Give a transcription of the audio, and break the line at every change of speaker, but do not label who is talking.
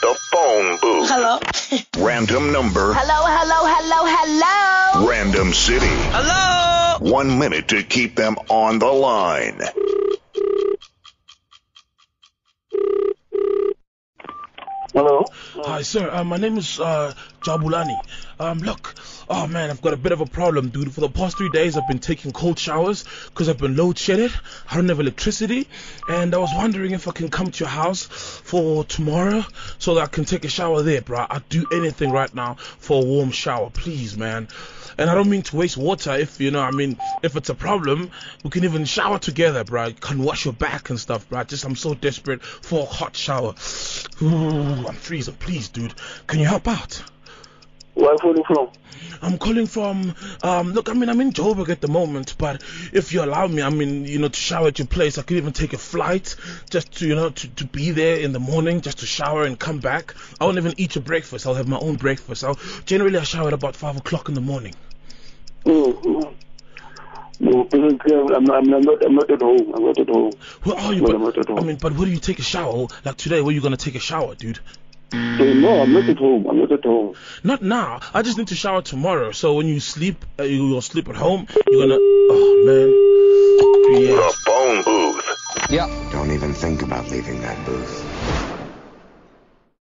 phone booth.
Hello.
Random number.
Hello, hello, hello, hello.
Random city.
Hello.
One minute to keep them on the line.
Hello.
Hi, sir. Uh, my name is uh, Jabulani. Um, look, oh man, I've got a bit of a problem, dude. For the past three days, I've been taking cold showers 'cause I've been load shedded. I don't have electricity, and I was wondering if I can come to your house for tomorrow so that I can take a shower there, bro. I'd do anything right now for a warm shower, please, man. And I don't mean to waste water. If you know, I mean, if it's a problem, we can even shower together, bro. You can wash your back and stuff, bro. Just I'm so desperate for a hot shower. Ooh, I'm freezing. Please, dude, can you help out?
Where are you calling from?
I'm calling from. Um, look, I mean, I'm in Joburg at the moment, but if you allow me, I mean, you know, to shower at your place, I could even take a flight just to, you know, to, to be there in the morning, just to shower and come back. I won't even eat your breakfast. I'll have my own breakfast. I'll generally I shower at about five o'clock in the morning.
Mm-hmm. Mm, I'm, I'm, I'm not. I'm not at home. I'm not at home.
Where are you?
Well,
but-
I'm not at all.
I mean, but where do you take a shower? Like today, where you gonna take a shower, dude?
Eh, no, I'm not at home. I'm not at home.
Not now. I just need to shower tomorrow. So when you sleep, uh, you- you'll sleep at home. You're gonna. Oh man.
The
Yeah.
phone booth.
Don't even think about leaving that booth.